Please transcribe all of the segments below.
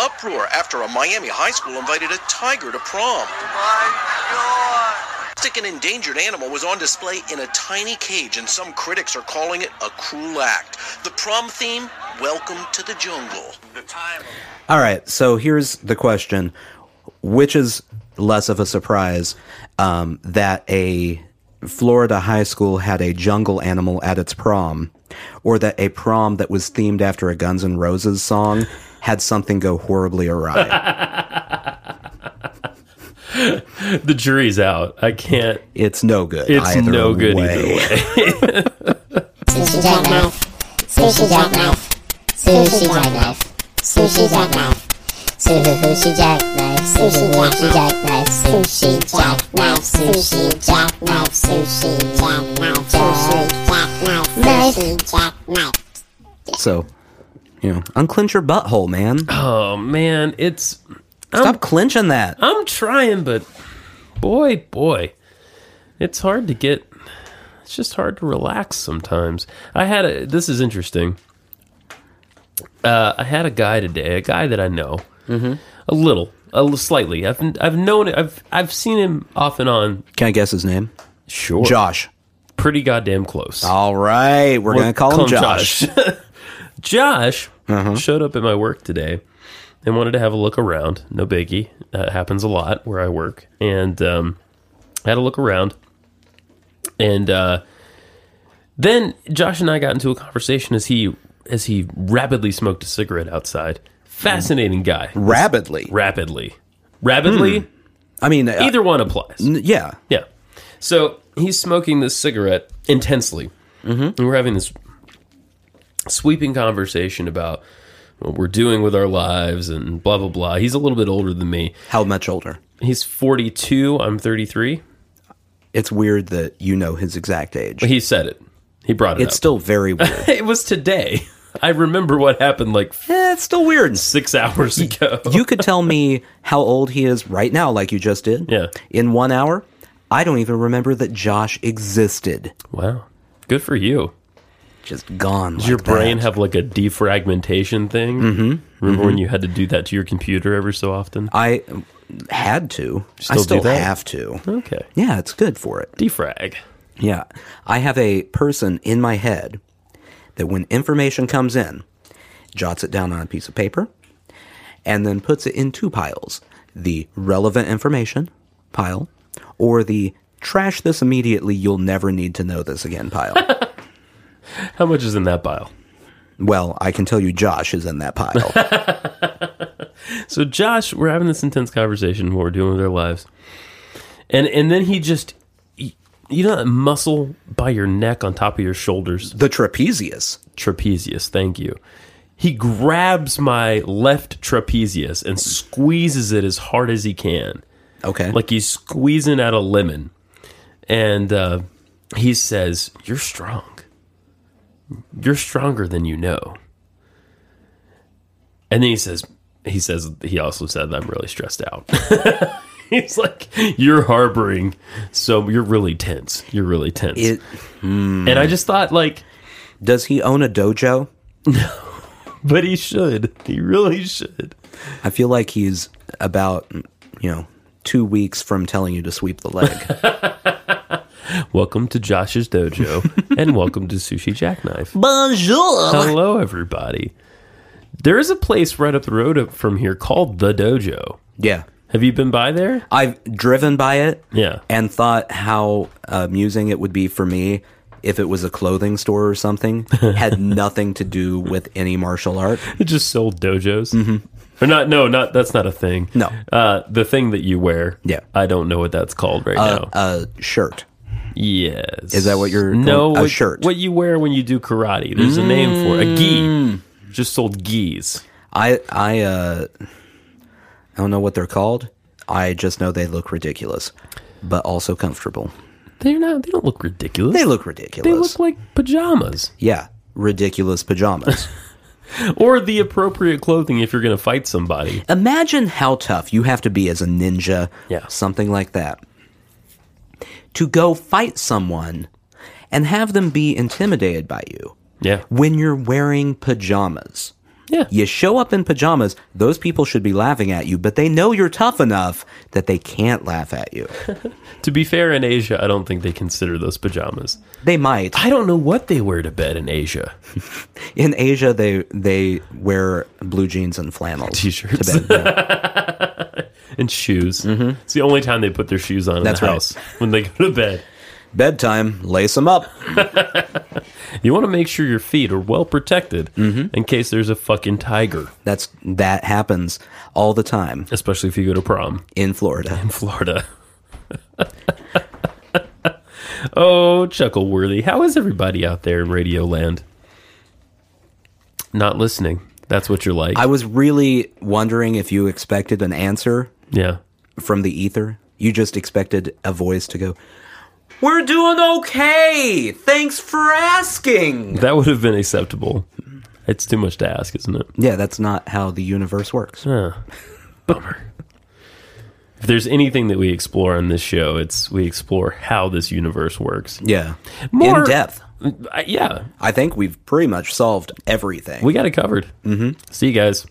uproar after a Miami high school invited a tiger to prom. Stick an endangered animal was on display in a tiny cage, and some critics are calling it a cruel act. The prom theme, Welcome to the Jungle. All right, so here's the question: Which is less of a surprise um, that a Florida high school had a jungle animal at its prom, or that a prom that was themed after a Guns N' Roses song had something go horribly awry? The jury's out. I can't. it's no good. It's either no good either way. way. Sushi jackknife. Sushi jackknife. Sushi jackknife. Sushi jackknife. Sushi jackknife. Sushi jackknife. Sushi jackknife. Sushi jackknife. Sushi jackknife. Sushi jackknife. Sushi jackknife. So, you know, unclench your butthole, man. Oh man, it's. Stop clenching that. I'm trying, but boy, boy, it's hard to get. It's just hard to relax sometimes. I had a. This is interesting. Uh, I had a guy today, a guy that I know, mm-hmm. a little, a little slightly. I've I've known I've I've seen him off and on. Can I guess his name? Sure, Josh. pretty goddamn close. All right, we're gonna call, him Josh. Uh-huh. Josh, Josh showed up at my work today and wanted to have a look around. No biggie. That happens a lot where I work. And um, I had a look around. And uh, then Josh and I got into a conversation as he as he rapidly smoked a cigarette outside. Fascinating guy. Rapidly. Rapidly. Rapidly. I mean, uh, Either one applies. n- yeah. Yeah. So he's smoking this cigarette intensely. And we're having this sweeping conversation about what we're doing with our lives and blah, blah, blah. He's a little bit older than me. How much older? He's 42. I'm 33. It's weird that you know his exact age. He said it. He brought it It's up. still very weird. it was today. I remember what happened like Eh, it's still weird. six hours ago. You could tell me how old he is right now, like you just did. Yeah. In one hour, I don't even remember that Josh existed. wow. Good for you. Just gone. Does your brain have like a defragmentation thing? Mm-hmm. Uh, Remember when you had to do that to your computer every so often? I had to. I do still that? have to. Okay. Yeah, it's good for it. Defrag. Yeah. I have a person in my head that when information comes in, jots it down on a piece of paper and then puts it in two piles the relevant information pile or the trash this immediately, you'll never need to know this again pile. How much is in that pile? well, I can tell you Josh is in that pile. So Josh, we're having this intense conversation what we're doing with our lives, and and then he just, he- you know, that muscle by your neck on top of your shoulders, the trapezius. trapezius. Thank you. He grabs my left trapezius and squeezes it as hard as he can, Okay. like he's squeezing out a lemon, and uh, he says, "You're strong. You're stronger than you know." And then he says, he says, he also said, I'm really stressed out. He's like, you're harboring, so you're really tense. You're really tense. It- and I just thought, like, does he own a dojo? but he should. He really should. I feel like he's about, you know, two weeks from telling you to sweep the leg. Welcome to Josh's Dojo and welcome to Sushi Jackknife. Bonjour. Hello, everybody. There is a place right up the road from here called The Dojo. Yeah. Have you been by there? I've driven by it Yeah. and thought how amusing it would be for me if it was a clothing store or something, had nothing to do with any martial art. It just sold dojos. Or not? No, not that's not a thing. Mm-hmm. No. uh, the thing that you wear. Yeah. I don't know what that's called right now. A shirt. yes, is that what you're- No, a what- shirt. What you wear when you do karate? There's a name for it. a Mm. gi. Just sold gis. I I uh I don't know what they're called. I just know they look ridiculous, but also comfortable. They're not. They don't look ridiculous. They look They ridiculous. look like pajamas yeah, ridiculous pajamas. or the appropriate clothing if you're going to fight somebody. Imagine how tough you have to be as a ninja, Yeah. something like that, to go fight someone and have them be intimidated by you Yeah. when you're wearing pajamas. Yeah. You show up in pajamas, those people should be laughing at you, but they know you're tough enough that they can't laugh at you. To be fair, in Asia, I don't think they consider those pajamas. They might. I don't know what they wear to bed in Asia. In Asia, they they wear blue jeans and flannels. T-shirts. to bed, yeah. And shoes. Mm-hmm. It's the only time they put their shoes on That's in right. the house when they go to bed. Bedtime, lace them up. You want to make sure your feet are well protected Mm-hmm. in case there's a fucking tiger, That's that happens all the time especially if you go to prom. in Florida. Florida. oh, Chuckleworthy. How is everybody out there in Radio Land? Not listening. That's what you're like. I was really wondering if you expected an answer yeah. from the ether. You just expected a voice to go, "We're doing okay. Thanks for asking." That would have been acceptable. It's too much to ask, isn't it? Yeah, that's not how the universe works. Bummer. If there's anything that we explore on this show, it's we explore how this universe works. Yeah. More- In depth. Uh, yeah, I think we've pretty much solved everything. we got it covered. Mm-hmm. See you guys.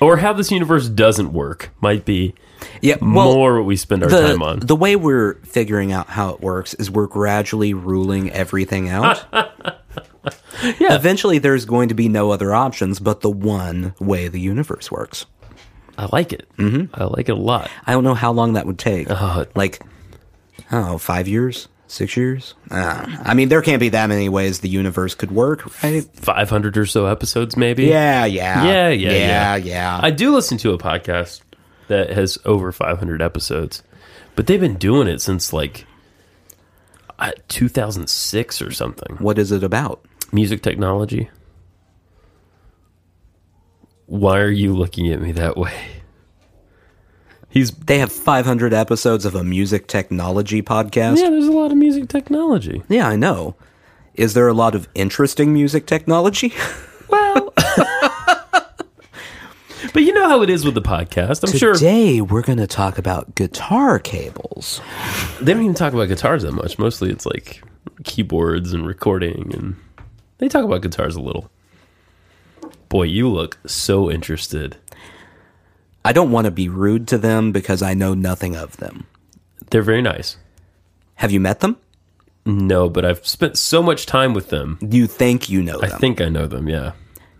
Or how this universe doesn't work might be yeah, well, more what we spend our the, time on. The way we're figuring out how it works is we're gradually ruling everything out. yeah. Eventually, there's going to be no other options but the one way the universe works. I like it. Mm-hmm. I like it a lot. I don't know how long that would take. Uh, like, I don't know, five years? Six years? Uh, I mean, there can't be that many ways the universe could work, right? 500 or so episodes, maybe. Yeah, yeah. Yeah, yeah, yeah. Yeah, yeah. I do listen to a podcast that has over 500 episodes, but they've been doing it since like uh, 2006 or something. what is it about? Music technology. Why are you looking at me that way? He's. They have 500 episodes of a music technology podcast. Yeah, there's a lot of music technology. Yeah, I know. Is there a lot of interesting music technology? Well. But you know how it is with the podcast. I'm sure Today we're going to talk about guitar cables. they don't even talk about guitars that much. Mostly it's like keyboards and recording and they talk about guitars a little. Boy, you look so interested. I don't want to be rude to them because I know nothing of them. They're very nice. Have you met them? No, but I've spent so much time with them. You think you know I them. think I know them, yeah.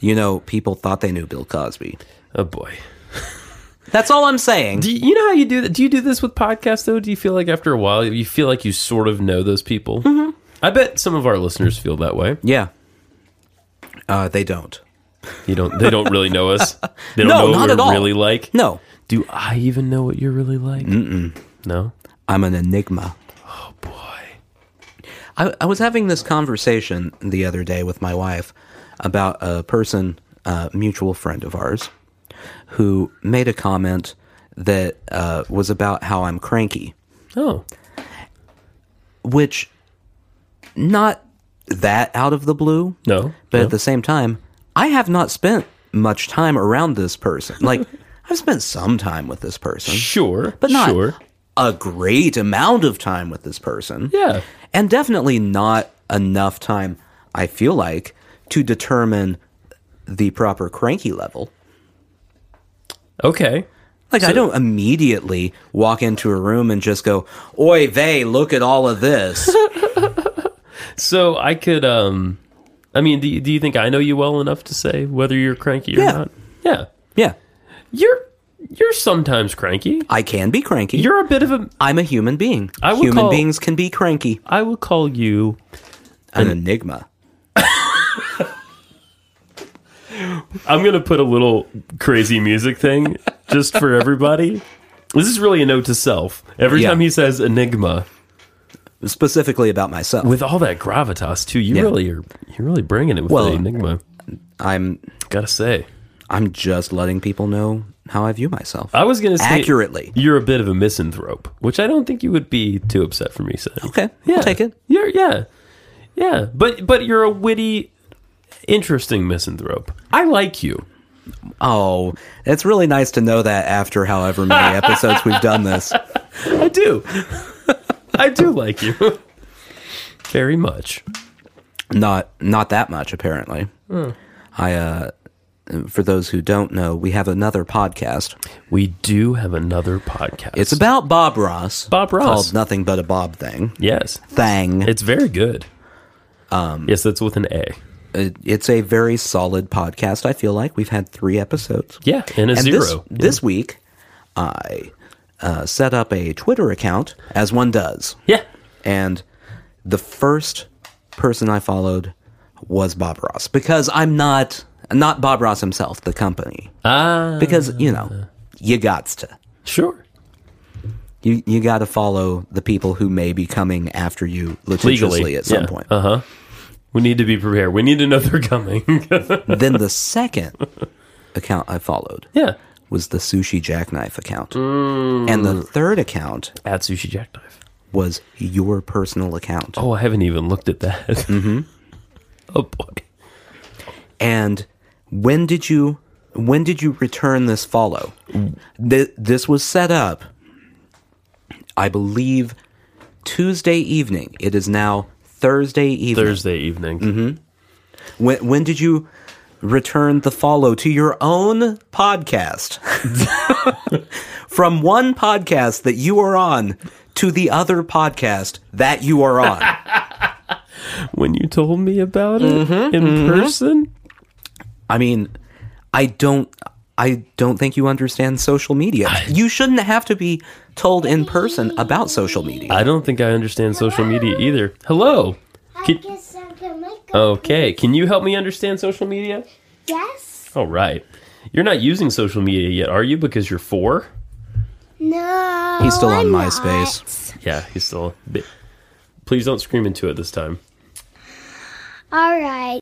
you know, people thought they knew Bill Cosby. Oh boy. That's all I'm saying. Do you, you know how you do that? Do you do this with podcasts though? Do you feel like after a while you feel like you sort of know those people? Mm-hmm. I bet some of our listeners feel that way. Yeah. Uh, they don't. You don't they don't really know us. They don't No, know what not we're at all. really like. No. Do I even know what you're really like? No. I'm an enigma. Boy. I, I was having this conversation the other day with my wife about a person, a mutual friend of ours, who made a comment that uh, was about how I'm cranky, Oh, which not that out of the blue, no. but no. at the same time, I have not spent much time around this person. Like, I've spent some time with this person, sure, but not sure. a great amount of time with this person. Yeah, and definitely not enough time i feel like to determine the proper cranky level okay. like i don't immediately walk into a room and just go oi vey look at all of this So I could, um, I mean, do you, do you think I know you well enough to say whether you're cranky or Yeah. not? Yeah, yeah you're you're sometimes cranky. i can be cranky You're a bit of a. i'm a human being I would human call- beings can be cranky I will call you. an enigma I'm gonna put a little crazy music thing just for everybody. This is really a note to self. Every Yeah. time he says enigma, specifically about myself with all that gravitas too, you Yeah. really are you're really bringing it with Well- the enigma. i'm Gotta say, i'm just letting people know how i view myself I was gonna say accurately You're a bit of a misanthrope, which I don't think you would be too upset for me saying. okay yeah, i'll take it You're yeah, yeah, but but you're a witty, interesting misanthrope. I like you. oh it's really nice to know that after however many episodes we've done this I do. I do like you very much. Hmm. not not that much apparently i uh for those who don't know, we have another podcast. We do have another podcast. It's about Bob Ross. Bob Ross. Called Nothing But a Bob Thing. yes, Thang. it's very good. Um, yes, that's with an A. It- Uh, it's a very solid podcast, I feel like. We've had three episodes. Yeah, and a and zero. This, this week, I uh, set up a Twitter account, as one does. yeah, And the first person I followed was Bob Ross because I'm not not Bob Ross himself, the company. ah, Because you know, you got to sure, you you got to follow the people who may be coming after you litigiously at some point. Uh huh. We need to be prepared. We need to know they're coming. Then the second account I followed yeah, was the Sushi Jackknife account, and the third account at sushi jackknife. was your personal account. Oh, I haven't even looked at that. oh boy. And when did you when did you return this follow? Th- this was set up, I believe, Tuesday evening. It is now Thursday evening. Thursday evening. When when did you return the follow to your own podcast? From one podcast that you are on to the other podcast that you are on. When you told me about it in person, I mean, I don't I don't think you understand social media. You shouldn't have to be told in person about social media. I don't think I understand social media either. Hello. Can- Oh. okay. Can you help me understand social media? Yes? All right. You're not using social media yet, are you? Because you're four? No. He's still on I'm MySpace. Yeah, he's still. Please don't scream into it this time. not. All right.